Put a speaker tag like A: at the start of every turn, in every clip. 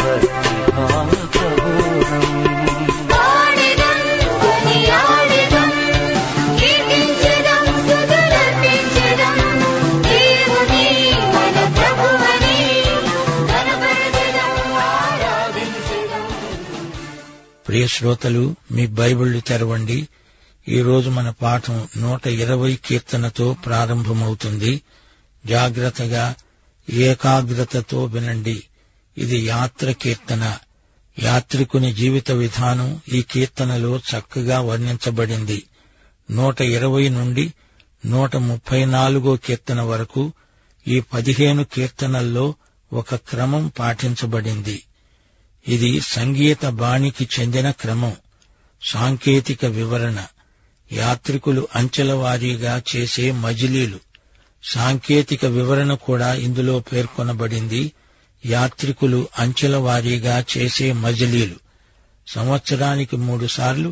A: భక్తిభావబోధం
B: ప్రియ శ్రోతలు మీ బైబిళ్లు తెరవండి ఈ రోజు మన పాఠం నూట ఇరవై కీర్తనతో ప్రారంభమవుతుంది జాగ్రత్తగా ఏకాగ్రతతో వినండి ఇది యాత్ర కీర్తన యాత్రికుని జీవిత విధానం ఈ కీర్తనలో చక్కగా వర్ణించబడింది నూట ఇరవై నుండి నూట ముప్పై నాలుగో కీర్తన వరకు ఈ పదిహేను కీర్తనల్లో ఒక క్రమం పాటించబడింది ఇది సంగీత బాణికి చెందిన క్రమం సాంకేతిక వివరణ యాత్రికులు అంచెలవారీగా చేసే మజిలీలు సాంకేతిక వివరణ కూడా ఇందులో పేర్కొనబడింది యాత్రికులు అంచెలవారీగా చేసే మజిలీలు సంవత్సరానికి మూడుసార్లు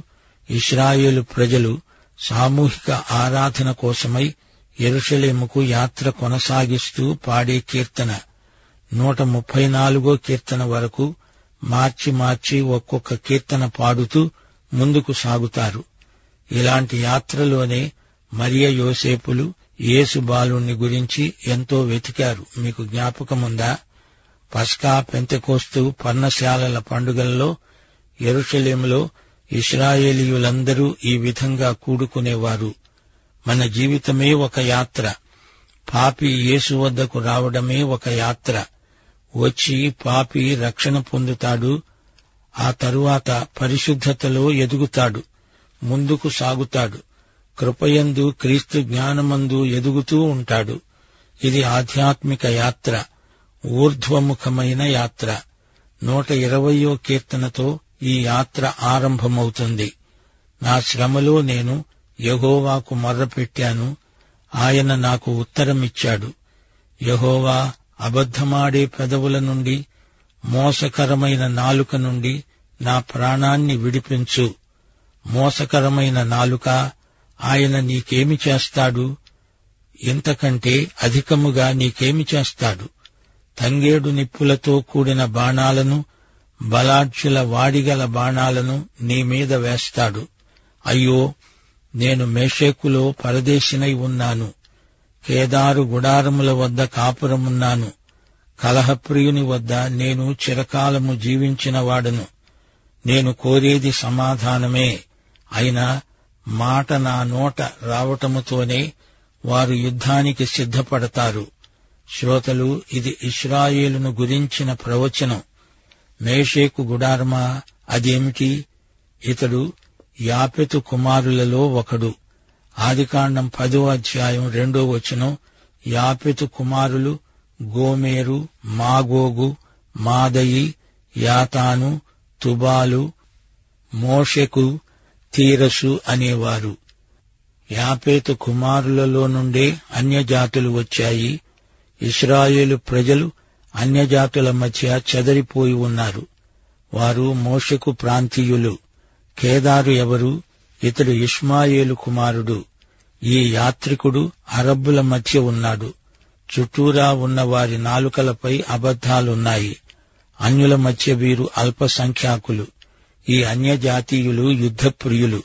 B: ఇస్రాయేలు ప్రజలు సామూహిక ఆరాధన కోసమై ఎరుషలేముకు యాత్ర కొనసాగిస్తూ పాడే కీర్తన నూట ముప్పై నాలుగో కీర్తన వరకు మార్చి మార్చి ఒక్కొక్క కీర్తన పాడుతూ ముందుకు సాగుతారు ఇలాంటి యాత్రలోనే మరియ యోసేపులు యేసు బాలుణ్ణి గురించి ఎంతో వెతికారు మీకు జ్ఞాపకముందా పస్కా పెంతెకోస్తు పర్ణశాలల పండుగల్లో యెరూషలేములో ఇస్రాయేలీయులందరూ ఈ విధంగా కూడుకునేవారు మన జీవితమే ఒక యాత్ర పాపి యేసు వద్దకు రావడమే ఒక యాత్ర వచ్చి పాపి రక్షణ పొందుతాడు ఆ తరువాత పరిశుద్ధతలో ఎదుగుతాడు ముందుకు సాగుతాడు కృపయందు క్రీస్తు జ్ఞానమందు ఎదుగుతూ ఉంటాడు ఇది ఆధ్యాత్మిక యాత్ర ఊర్ధ్వముఖమైన యాత్ర నూట ఇరవయో కీర్తనతో ఈ యాత్ర ఆరంభమవుతుంది నా శ్రమలో నేను యహోవాకు మొర్రపెట్టాను ఆయన నాకు ఉత్తరమిచ్చాడు యహోవా అబద్ధమాడే పెదవుల నుండి మోసకరమైన నాలుక నుండి నా ప్రాణాన్ని విడిపించు మోసకరమైన నాలుక ఆయన నీకేమి చేస్తాడు ఇంతకంటే అధికముగా నీకేమి చేస్తాడు తంగేడు నిప్పులతో కూడిన బాణాలను బలాక్షుల వాడిగల బాణాలను నీ మీద వేస్తాడు అయ్యో నేను మేషేకులో పరదేశినై ఉన్నాను కేదారు గుడారముల వద్ద కాపురమున్నాను కలహప్రియుని వద్ద నేను చిరకాలము జీవించిన వాడను నేను కోరేది సమాధానమే అయినా మాట నా నోట రావటముతోనే వారు యుద్ధానికి సిద్ధపడతారు శ్రోతలు ఇది ఇస్రాయేలును గురించిన ప్రవచనం మేషేకు గుడారమా అదేమిటి ఇతడు యాపెతు కుమారులలో ఒకడు ఆదికాండం పదో అధ్యాయం రెండో వచనం యాపెతు కుమారులు గోమేరు మాగోగు మాదయి యాతాను తుబాలు మోషకు తీరసు అనేవారు యాపేతు కుమారులలో నుండే అన్యజాతులు వచ్చాయి ఇస్రాయేలు ప్రజలు అన్యజాతుల మధ్య చెదరిపోయి ఉన్నారు వారు మోషకు ప్రాంతీయులు కేదారు ఎవరు ఇతడు ఇష్మాయేలు కుమారుడు ఈ యాత్రికుడు అరబ్బుల మధ్య ఉన్నాడు చుట్టూరా ఉన్న వారి నాలుకలపై అబద్ధాలున్నాయి అన్యుల మధ్య వీరు అల్పసంఖ్యాకులు ఈ అన్యజాతీయులు యుద్ధప్రియులు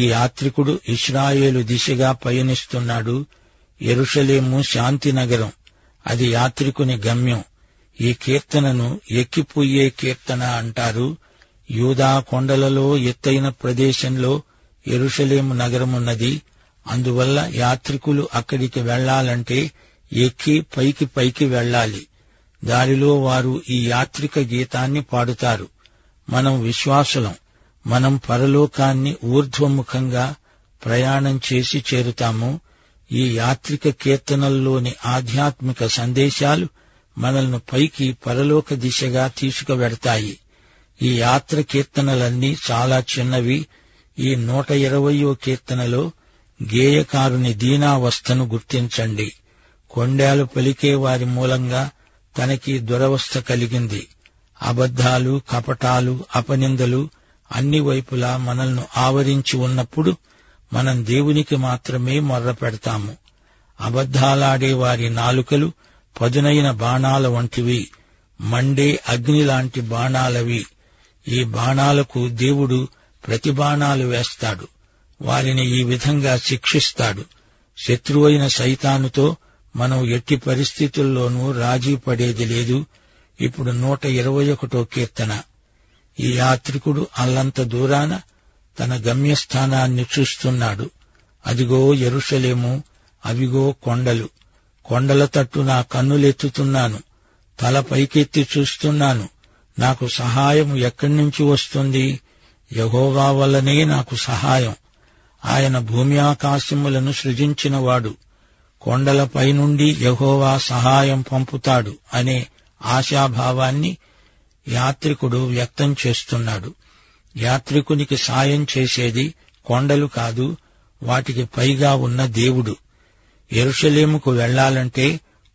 B: ఈ యాత్రికుడు ఇస్రాయేలు దిశగా పయనిస్తున్నాడు ఎరుషలేము శాంతి నగరం అది యాత్రికుని గమ్యం ఈ కీర్తనను ఎక్కిపోయే కీర్తన అంటారు యూదా కొండలలో ఎత్తైన ప్రదేశంలో ఎరుషలేము నగరమున్నది అందువల్ల యాత్రికులు అక్కడికి వెళ్లాలంటే ఎక్కి పైకి పైకి వెళ్ళాలి దారిలో వారు ఈ యాత్రిక గీతాన్ని పాడుతారు మనం విశ్వాసులం మనం పరలోకాన్ని ఊర్ధ్వముఖంగా ప్రయాణం చేసి చేరుతాము ఈ యాత్రిక కీర్తనల్లోని ఆధ్యాత్మిక సందేశాలు మనల్ని పైకి పరలోక దిశగా తీసుకువెడతాయి ఈ యాత్ర కీర్తనలన్నీ చాలా చిన్నవి ఈ నూట ఇరవయో కీర్తనలో గేయకారుని దీనావస్థను గుర్తించండి కొండేలు పలికే వారి మూలంగా తనకి దురవస్థ కలిగింది అబద్ధాలు కపటాలు అపనిందలు అన్ని వైపులా మనల్ని ఆవరించి ఉన్నప్పుడు మనం దేవునికి మాత్రమే మొర్ర పెడతాము అబద్ధాలాడే వారి నాలుకలు పదునైన బాణాల వంటివి మండే అగ్ని లాంటి బాణాలవి ఈ బాణాలకు దేవుడు ప్రతి బాణాలు వేస్తాడు వారిని ఈ విధంగా శిక్షిస్తాడు శత్రువైన సైతానుతో మనం ఎట్టి పరిస్థితుల్లోనూ రాజీ పడేది లేదు ఇప్పుడు నూట ఇరవై ఒకటో కీర్తన ఈ యాత్రికుడు అల్లంత దూరాన తన గమ్యస్థానాన్ని చూస్తున్నాడు అదిగో ఎరుషలేము అవిగో కొండలు కొండల తట్టు నా కన్నులెత్తుతున్నాను తల పైకెత్తి చూస్తున్నాను నాకు సహాయం ఎక్కడి నుంచి వస్తుంది యహోవా వల్లనే నాకు సహాయం ఆయన భూమి ఆకాశములను సృజించినవాడు కొండలపై నుండి యహోవా సహాయం పంపుతాడు అనే ఆశాభావాన్ని యాత్రికుడు వ్యక్తం చేస్తున్నాడు యాత్రికునికి సాయం చేసేది కొండలు కాదు వాటికి పైగా ఉన్న దేవుడు ఎరుషలేముకు వెళ్ళాలంటే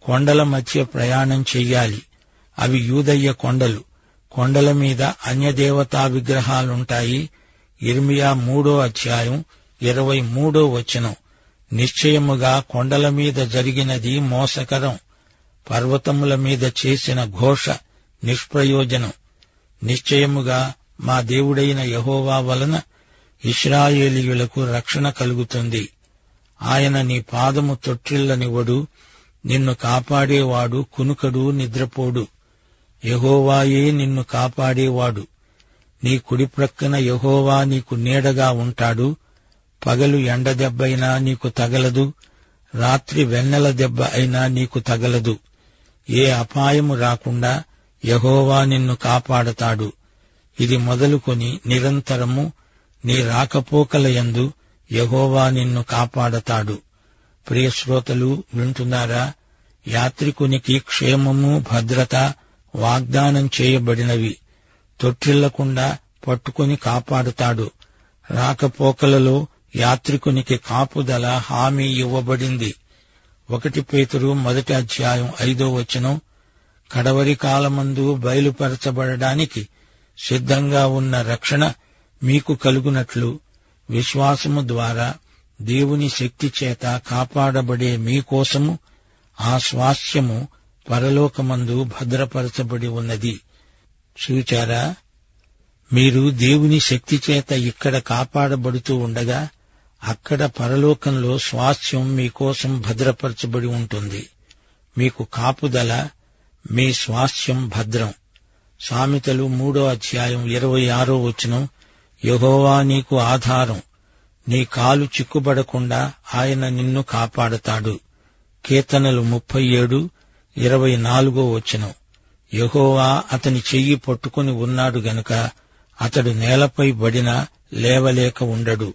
B: కొండల మధ్య ప్రయాణం చెయ్యాలి అవి యూదయ్య కొండలు కొండల మీద అన్యదేవతా విగ్రహాలుంటాయి ఇర్మియా మూడో అధ్యాయం ఇరవై మూడో వచనం నిశ్చయముగా కొండల మీద జరిగినది మోసకరం పర్వతముల మీద చేసిన ఘోష నిష్ప్రయోజనం నిశ్చయముగా మా దేవుడైన యహోవా వలన ఇస్రాయేలీయులకు రక్షణ కలుగుతుంది ఆయన నీ పాదము తొట్టిల్లనివ్వడు నిన్ను కాపాడేవాడు కునుకడు నిద్రపోడు యహోవాయే నిన్ను కాపాడేవాడు నీ కుడి ప్రక్కన యహోవా నీకు నీడగా ఉంటాడు పగలు ఎండ దెబ్బైనా నీకు తగలదు రాత్రి వెన్నెల దెబ్బ అయినా నీకు తగలదు ఏ అపాయము రాకుండా యహోవా నిన్ను కాపాడతాడు ఇది మొదలుకొని నిరంతరము నీ రాకపోకలయందు యహోవా నిన్ను కాపాడతాడు ప్రియ శ్రోతలు వింటున్నారా యాత్రికునికి క్షేమము భద్రత వాగ్దానం చేయబడినవి తొట్టిల్లకుండా పట్టుకుని కాపాడుతాడు రాకపోకలలో యాత్రికునికి కాపుదల హామీ ఇవ్వబడింది ఒకటి పేతురు మొదటి అధ్యాయం ఐదో వచనం కడవరి కాలమందు బయలుపరచబడడానికి సిద్ధంగా ఉన్న రక్షణ మీకు కలుగునట్లు విశ్వాసము ద్వారా దేవుని శక్తి చేత కాపాడబడే మీకోసము ఆ స్వాస్థ్యము పరలోకమందు భద్రపరచబడి ఉన్నది చూచారా మీరు దేవుని శక్తి చేత ఇక్కడ కాపాడబడుతూ ఉండగా అక్కడ పరలోకంలో స్వాస్థ్యం మీకోసం భద్రపరచబడి ఉంటుంది మీకు కాపుదల మీ స్వాస్థ్యం భద్రం సామెతలు మూడో అధ్యాయం ఇరవై ఆరో వచనం యహోవా నీకు ఆధారం నీ కాలు చిక్కుబడకుండా ఆయన నిన్ను కాపాడతాడు కీర్తనలు ముప్పై ఏడు ఇరవై నాలుగో వచనం యహోవా అతని చెయ్యి పట్టుకుని ఉన్నాడు గనుక అతడు నేలపై బడినా లేవలేక ఉండడు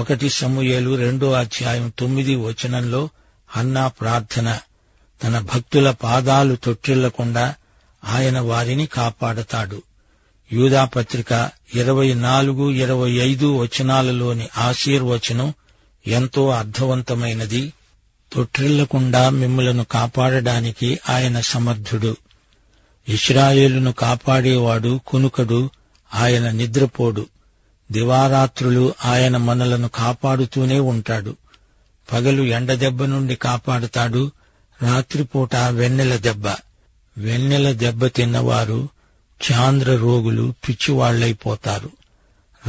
B: ఒకటి సమూయేలు రెండో అధ్యాయం తొమ్మిది వచనంలో హన్నా ప్రార్థన తన భక్తుల పాదాలు తొట్టిల్లకుండా ఆయన వారిని కాపాడతాడు యూదా పత్రిక ఇరవై నాలుగు ఇరవై ఐదు వచనాలలోని ఆశీర్వచనం ఎంతో అర్థవంతమైనది తొట్టిల్లకుండా మిమ్మలను కాపాడడానికి ఆయన సమర్థుడు ఇస్రాయేలును కాపాడేవాడు కునుకడు ఆయన నిద్రపోడు దివారాత్రులు ఆయన మనలను కాపాడుతూనే ఉంటాడు పగలు ఎండ దెబ్బ నుండి కాపాడుతాడు రాత్రిపూట వెన్నెల దెబ్బ వెన్నెల దెబ్బ తిన్నవారు చాంద్ర రోగులు పిచ్చివాళ్లైపోతారు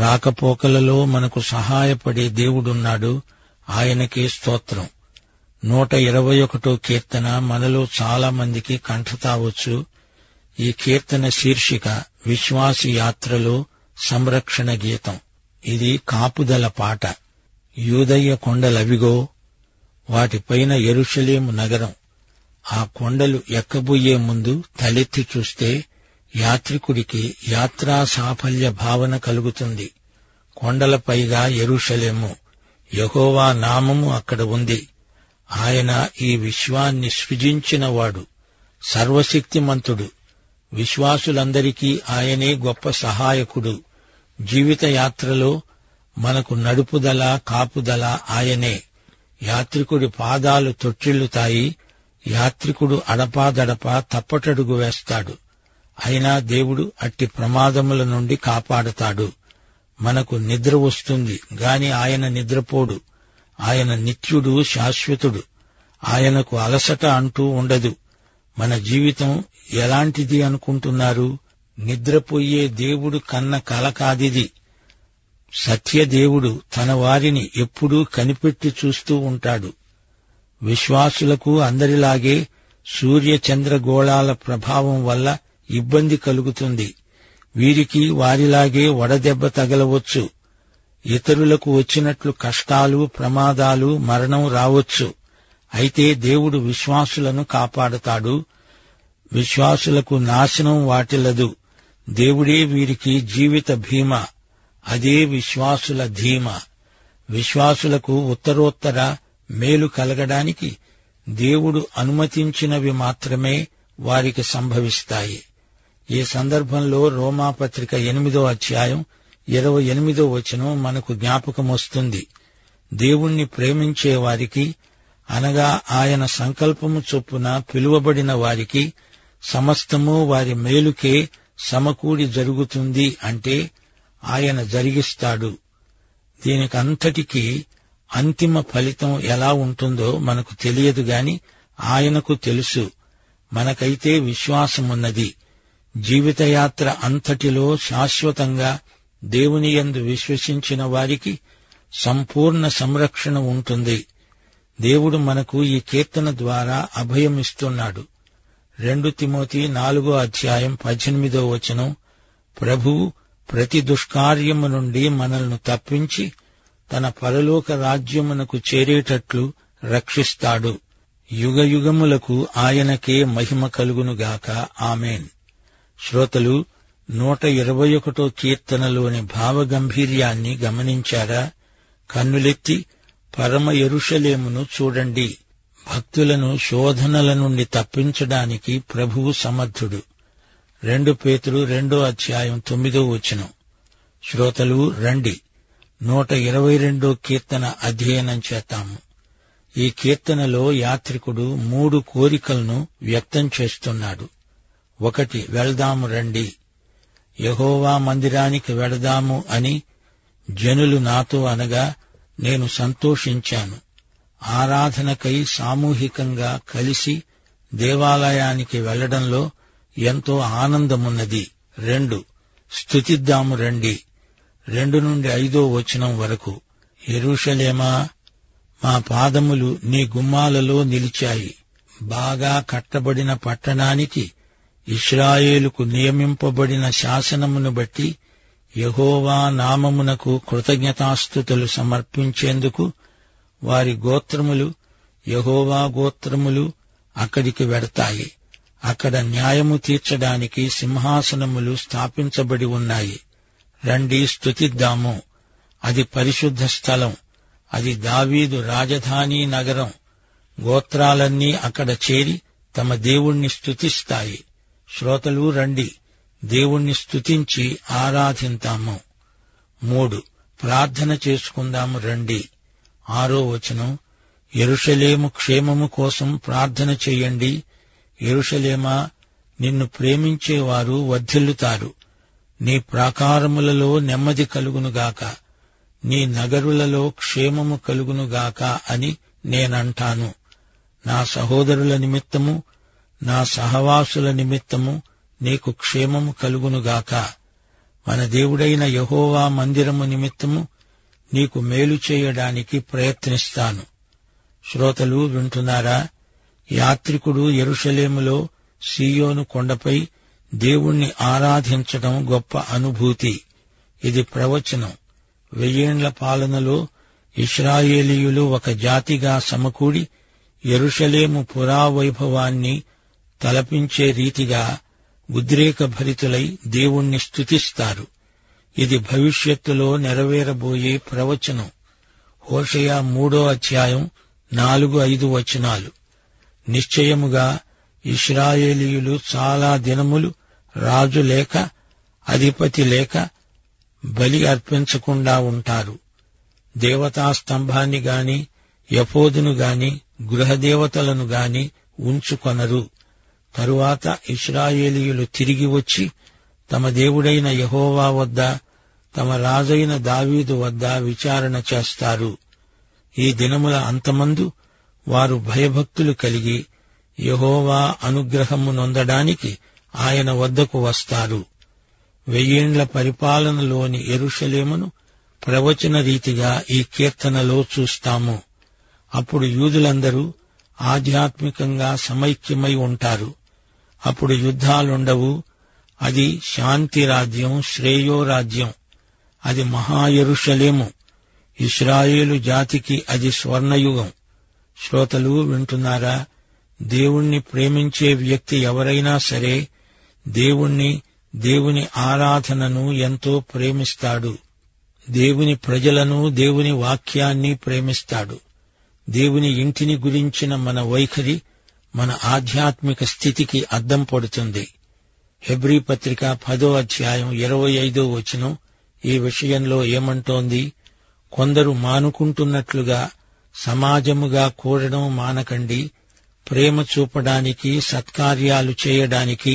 B: రాకపోకలలో మనకు సహాయపడే దేవుడున్నాడు ఆయనకే స్తోత్రం నూట ఇరవై ఒకటో కీర్తన మనలో చాలా మందికి కంఠతావచ్చు ఈ కీర్తన శీర్షిక విశ్వాసి యాత్రలో సంరక్షణ గీతం ఇది కాపుదల పాట యూదయ్య కొండలవిగో వాటిపైన ఎరుషలేము నగరం ఆ కొండలు ఎక్కబోయే ముందు తలెత్తి చూస్తే యాత్రికుడికి యాత్రా సాఫల్య భావన కలుగుతుంది కొండలపైగా ఎరుషలేము యహోవా నామము అక్కడ ఉంది ఆయన ఈ విశ్వాన్ని సృజించినవాడు సర్వశక్తిమంతుడు విశ్వాసులందరికీ ఆయనే గొప్ప సహాయకుడు జీవిత యాత్రలో మనకు నడుపుదల కాపుదల ఆయనే యాత్రికుడి పాదాలు తొట్టిల్లుతాయి యాత్రికుడు అడపాదడపా తప్పటడుగు వేస్తాడు అయినా దేవుడు అట్టి ప్రమాదముల నుండి కాపాడతాడు మనకు నిద్ర వస్తుంది గాని ఆయన నిద్రపోడు ఆయన నిత్యుడు శాశ్వతుడు ఆయనకు అలసట అంటూ ఉండదు మన జీవితం ఎలాంటిది అనుకుంటున్నారు నిద్రపోయే దేవుడు కన్న కల కాదిది సత్యదేవుడు తన వారిని ఎప్పుడూ కనిపెట్టి చూస్తూ ఉంటాడు విశ్వాసులకు అందరిలాగే సూర్య చంద్రగోళాల ప్రభావం వల్ల ఇబ్బంది కలుగుతుంది వీరికి వారిలాగే వడదెబ్బ తగలవచ్చు ఇతరులకు వచ్చినట్లు కష్టాలు ప్రమాదాలు మరణం రావచ్చు అయితే దేవుడు విశ్వాసులను కాపాడతాడు విశ్వాసులకు నాశనం వాటిల్లదు దేవుడే వీరికి జీవిత భీమా అదే విశ్వాసుల ధీమ విశ్వాసులకు ఉత్తరోత్తర మేలు కలగడానికి దేవుడు అనుమతించినవి మాత్రమే వారికి సంభవిస్తాయి ఈ సందర్భంలో రోమాపత్రిక ఎనిమిదో అధ్యాయం ఇరవై ఎనిమిదో వచనం మనకు జ్ఞాపకమొస్తుంది దేవుణ్ణి ప్రేమించే వారికి అనగా ఆయన సంకల్పము చొప్పున పిలువబడిన వారికి సమస్తము వారి మేలుకే సమకూడి జరుగుతుంది అంటే ఆయన జరిగిస్తాడు దీనికంతటికీ అంతిమ ఫలితం ఎలా ఉంటుందో మనకు తెలియదు గాని ఆయనకు తెలుసు మనకైతే విశ్వాసమున్నది జీవితయాత్ర అంతటిలో శాశ్వతంగా దేవుని యందు విశ్వసించిన వారికి సంపూర్ణ సంరక్షణ ఉంటుంది దేవుడు మనకు ఈ కీర్తన ద్వారా అభయమిస్తున్నాడు రెండు తిమోతి నాలుగో అధ్యాయం పద్దెనిమిదో వచనం ప్రభువు ప్రతి దుష్కార్యము నుండి మనల్ని తప్పించి తన పరలోక రాజ్యమునకు చేరేటట్లు రక్షిస్తాడు యుగయుగములకు ఆయనకే మహిమ కలుగునుగాక ఆమెన్ శ్రోతలు నూట ఇరవై ఒకటో కీర్తనలోని భావగంభీర్యాన్ని గమనించారా కన్నులెత్తి పరమ ఎరుషలేమును చూడండి భక్తులను శోధనల నుండి తప్పించడానికి ప్రభువు సమర్థుడు రెండు పేతులు రెండో అధ్యాయం తొమ్మిదో వచనం శ్రోతలు రండి నూట ఇరవై రెండో కీర్తన అధ్యయనం చేద్దాము ఈ కీర్తనలో యాత్రికుడు మూడు కోరికలను వ్యక్తం చేస్తున్నాడు ఒకటి వెళదాము రండి యహోవా మందిరానికి వెళదాము అని జనులు నాతో అనగా నేను సంతోషించాను ఆరాధనకై సామూహికంగా కలిసి దేవాలయానికి వెళ్లడంలో ఎంతో ఆనందమున్నది రెండు స్థుతిద్దాము రండి రెండు నుండి ఐదో వచనం వరకు ఎరుషలేమా మా పాదములు నీ గుమ్మాలలో నిలిచాయి బాగా కట్టబడిన పట్టణానికి ఇస్రాయేలుకు నియమింపబడిన శాసనమును బట్టి యహోవా నామమునకు కృతజ్ఞతాస్థుతులు సమర్పించేందుకు వారి గోత్రములు యహోవా గోత్రములు అక్కడికి వెడతాయి అక్కడ న్యాయము తీర్చడానికి సింహాసనములు స్థాపించబడి ఉన్నాయి రండి స్తుతిద్దాము అది పరిశుద్ధ స్థలం అది దావీదు రాజధాని నగరం గోత్రాలన్నీ అక్కడ చేరి తమ దేవుణ్ణి స్తుతిస్తాయి శ్రోతలు రండి దేవుణ్ణి స్తుతించి ఆరాధింతాము మూడు ప్రార్థన చేసుకుందాము రండి ఆరో వచనం ఎరుషలేము క్షేమము కోసం ప్రార్థన చేయండి ఎరుషలేమా నిన్ను ప్రేమించేవారు వర్ధిల్లుతారు నీ ప్రాకారములలో నెమ్మది కలుగునుగాక నీ నగరులలో క్షేమము కలుగునుగాక అని నేనంటాను నా సహోదరుల నిమిత్తము నా సహవాసుల నిమిత్తము నీకు క్షేమము కలుగునుగాక మన దేవుడైన యహోవా మందిరము నిమిత్తము నీకు మేలు చేయడానికి ప్రయత్నిస్తాను శ్రోతలు వింటున్నారా యాత్రికుడు యెరూషలేములో సీయోను కొండపై దేవుణ్ణి ఆరాధించడం గొప్ప అనుభూతి ఇది ప్రవచనం వెయ్యేండ్ల పాలనలో ఇస్రాయేలీయులు ఒక జాతిగా సమకూడి యెరూషలేము పురావైభవాన్ని తలపించే రీతిగా ఉద్రేకభరితులై దేవుణ్ణి స్తుతిస్తారు ఇది భవిష్యత్తులో నెరవేరబోయే ప్రవచనం హోషయ మూడో అధ్యాయం నాలుగు ఐదు వచనాలు నిశ్చయముగా ఇస్రాయేలీయులు చాలా దినములు రాజు లేక అధిపతి లేక బలి అర్పించకుండా ఉంటారు దేవతా స్తంభాన్ని గాని యపోదును గాని గృహదేవతలను గాని ఉంచుకొనరు తరువాత ఇస్రాయేలీయులు తిరిగి వచ్చి తమ దేవుడైన యహోవా వద్ద తమ రాజైన దావీదు వద్ద విచారణ చేస్తారు ఈ దినముల అంతమందు వారు భయభక్తులు కలిగి యహోవా అనుగ్రహము నొందడానికి ఆయన వద్దకు వస్తారు వెయ్యేండ్ల పరిపాలనలోని ఎరుషలేమును ప్రవచన రీతిగా ఈ కీర్తనలో చూస్తాము అప్పుడు యూదులందరూ ఆధ్యాత్మికంగా సమైక్యమై ఉంటారు అప్పుడు యుద్ధాలుండవు అది శాంతి రాజ్యం శ్రేయో రాజ్యం అది మహా యెరూషలేము ఇస్రాయేలు జాతికి అది స్వర్ణయుగం శ్రోతలు వింటున్నారా దేవుణ్ణి ప్రేమించే వ్యక్తి ఎవరైనా సరే దేవుణ్ణి దేవుని ఆరాధనను ఎంతో ప్రేమిస్తాడు దేవుని ప్రజలను దేవుని వాక్యాన్ని ప్రేమిస్తాడు దేవుని ఇంటిని గురించిన మన వైఖరి మన ఆధ్యాత్మిక స్థితికి అద్దం పడుతుంది హెబ్రీ పత్రిక పదో అధ్యాయం ఇరవై ఐదో వచనం ఈ విషయంలో ఏమంటోంది కొందరు మానుకుంటున్నట్లుగా సమాజముగా కూడడం మానకండి ప్రేమ చూపడానికి సత్కార్యాలు చేయడానికి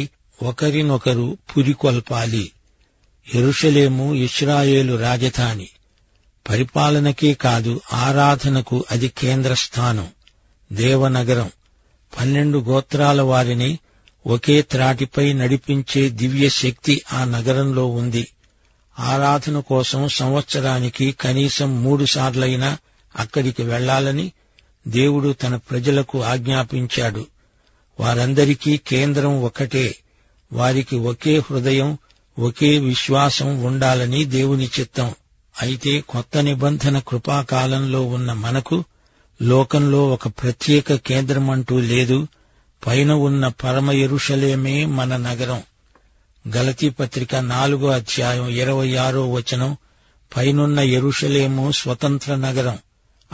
B: ఒకరినొకరు పురికొల్పాలి యెరూషలేము ఇస్రాయేలు రాజధాని పరిపాలనకే కాదు ఆరాధనకు అది కేంద్ర స్థానం దేవనగరం పన్నెండు గోత్రాల వారిని ఒకే త్రాటిపై నడిపించే దివ్య శక్తి ఆ నగరంలో ఉంది ఆరాధన కోసం సంవత్సరానికి కనీసం మూడు సార్లైనా అక్కడికి వెళ్లాలని దేవుడు తన ప్రజలకు ఆజ్ఞాపించాడు వారందరికీ కేంద్రం ఒకటే వారికి ఒకే హృదయం ఒకే విశ్వాసం ఉండాలని దేవుని చిత్తం అయితే కొత్త నిబంధన కృపాకాలంలో ఉన్న మనకు లోకంలో ఒక ప్రత్యేక కేంద్రం అంటూ లేదు పైన ఉన్న పరమ ఎరుషలేమే మన నగరం గలతీ పత్రిక నాలుగో అధ్యాయం ఇరవై ఆరో వచనం పైనున్న ఎరుషలేము స్వతంత్ర నగరం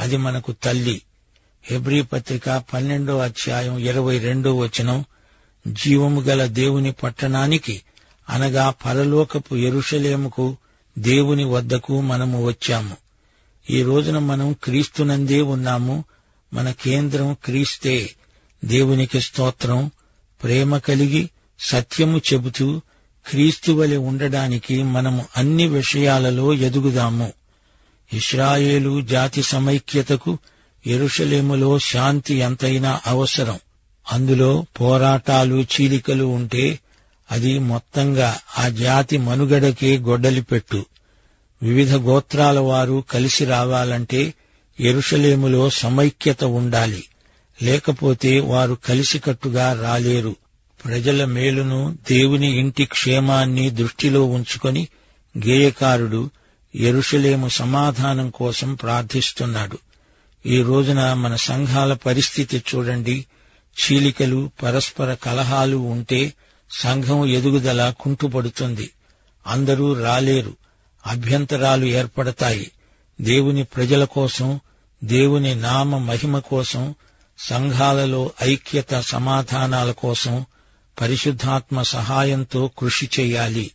B: అది మనకు తల్లి హెబ్రీ పత్రిక పన్నెండో అధ్యాయం ఇరవై రెండో వచనం జీవము గల దేవుని పట్టణానికి అనగా పరలోకపు ఎరుషలేముకు దేవుని వద్దకు మనము వచ్చాము ఈ రోజున మనం క్రీస్తునందే ఉన్నాము మన కేంద్రం క్రీస్తే దేవునికి స్తోత్రం ప్రేమ కలిగి సత్యము చెబుతూ క్రీస్తు వలె ఉండడానికి మనము అన్ని విషయాలలో ఎదుగుదాము ఇస్రాయేలు జాతి సమైక్యతకు యెరూషలేములో శాంతి ఎంతైనా అవసరం అందులో పోరాటాలు చీలికలు ఉంటే అది మొత్తంగా ఆ జాతి మనుగడకే గొడ్డలి పెట్టు వివిధ గోత్రాల వారు కలిసి రావాలంటే యెరూషలేములో సమైక్యత ఉండాలి లేకపోతే వారు కలిసికట్టుగా రాలేరు ప్రజల మేలును దేవుని ఇంటి క్షేమాన్ని దృష్టిలో ఉంచుకొని గేయకారుడు యెరూషలేము సమాధానం కోసం ప్రార్థిస్తున్నాడు ఈ రోజున మన సంఘాల పరిస్థితి చూడండి చీలికలు పరస్పర కలహాలు ఉంటే సంఘం ఎదుగుదల కుంటుపడుతుంది అందరూ రాలేరు అభ్యంతరాలు ఏర్పడతాయి దేవుని ప్రజల కోసం దేవుని నామ మహిమ కోసం సంఘాలలో ఐక్యత సమాధానాల కోసం పరిశుద్ధాత్మ సహాయంతో కృషి చేయాలి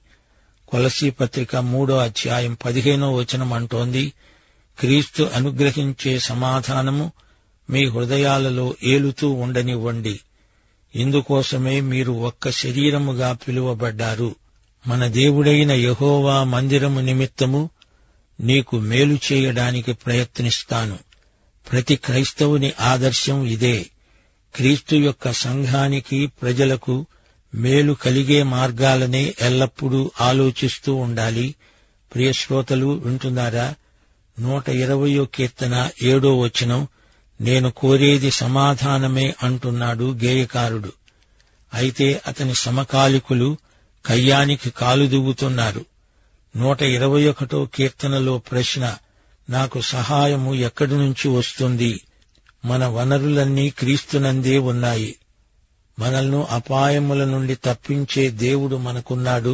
B: కొలసీ పత్రిక మూడో అధ్యాయం పదిహేనో వచనం అంటోంది క్రీస్తు అనుగ్రహించే సమాధానము మీ హృదయాలలో ఏలుతూ ఉండనివ్వండి ఇందుకోసమే మీరు ఒక్క శరీరముగా పిలువబడ్డారు మన దేవుడైన యహోవా మందిరము నిమిత్తము నీకు మేలు చేయడానికి ప్రయత్నిస్తాను ప్రతి క్రైస్తవుని ఆదర్శం ఇదే క్రీస్తు యొక్క సంఘానికి ప్రజలకు మేలు కలిగే మార్గాలనే ఎల్లప్పుడూ ఆలోచిస్తూ ఉండాలి ప్రియ శ్రోతలు వింటున్నారా నూట ఇరవయో కీర్తన ఏడో వచనం నేను కోరేది సమాధానమే అంటున్నాడు గేయకారుడు అయితే అతని సమకాలికులు కయ్యానికి కాలు దువ్వుతున్నారు నూట ఇరవై ఒకటో కీర్తనలో ప్రశ్న నాకు సహాయము ఎక్కడి నుంచి వస్తుంది మన వనరులన్నీ క్రీస్తునందే ఉన్నాయి మనల్ను అపాయముల నుండి తప్పించే దేవుడు మనకున్నాడు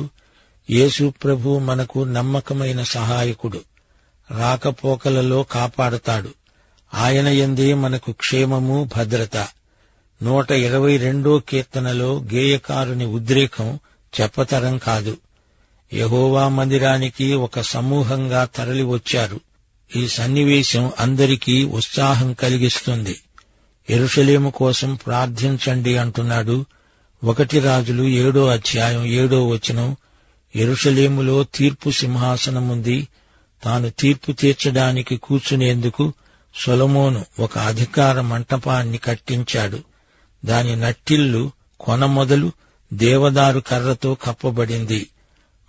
B: యేసు ప్రభు మనకు నమ్మకమైన సహాయకుడు రాకపోకలలో కాపాడతాడు ఆయన యందే మనకు క్షేమము భద్రత నూట ఇరవై రెండో కీర్తనలో గేయకారుని ఉద్రేకం చెప్పతరం కాదు యహోవా మందిరానికి ఒక సమూహంగా తరలివచ్చారు ఈ సన్నివేశం అందరికీ ఉత్సాహం కలిగిస్తుంది ఎరుషలేము కోసం ప్రార్థించండి అంటున్నాడు ఒకటి రాజులు ఏడో అధ్యాయం ఏడో వచనం ఎరుషలేములో తీర్పు సింహాసనముంది తాను తీర్పు తీర్చడానికి కూర్చునేందుకు సొలమోను ఒక అధికార మంటపాన్ని కట్టించాడు దాని నట్టిల్లు కొన మొదలు దేవదారు కర్రతో కప్పబడింది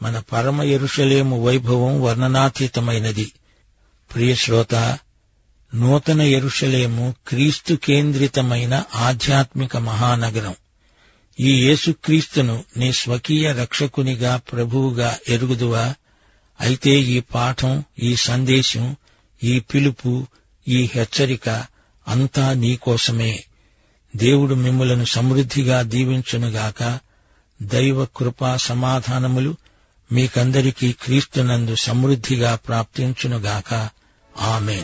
B: మన పరమ ఎరుషలేము వైభవం వర్ణనాతీతమైనది ప్రియ శ్రోత నూతన ఎరుషలేము క్రీస్తు కేంద్రితమైన ఆధ్యాత్మిక మహానగరం ఈ యేసుక్రీస్తును నీ స్వకీయ రక్షకునిగా ప్రభువుగా ఎరుగుదువా అయితే ఈ పాఠం ఈ సందేశం ఈ పిలుపు ఈ హెచ్చరిక అంతా నీకోసమే దేవుడు మిమ్ములను సమృద్ధిగా దీవించునుగాక దైవ కృపా సమాధానములు మీకందరికీ క్రీస్తునందు సమృద్ధిగా ప్రాప్తించునుగాక ఆమె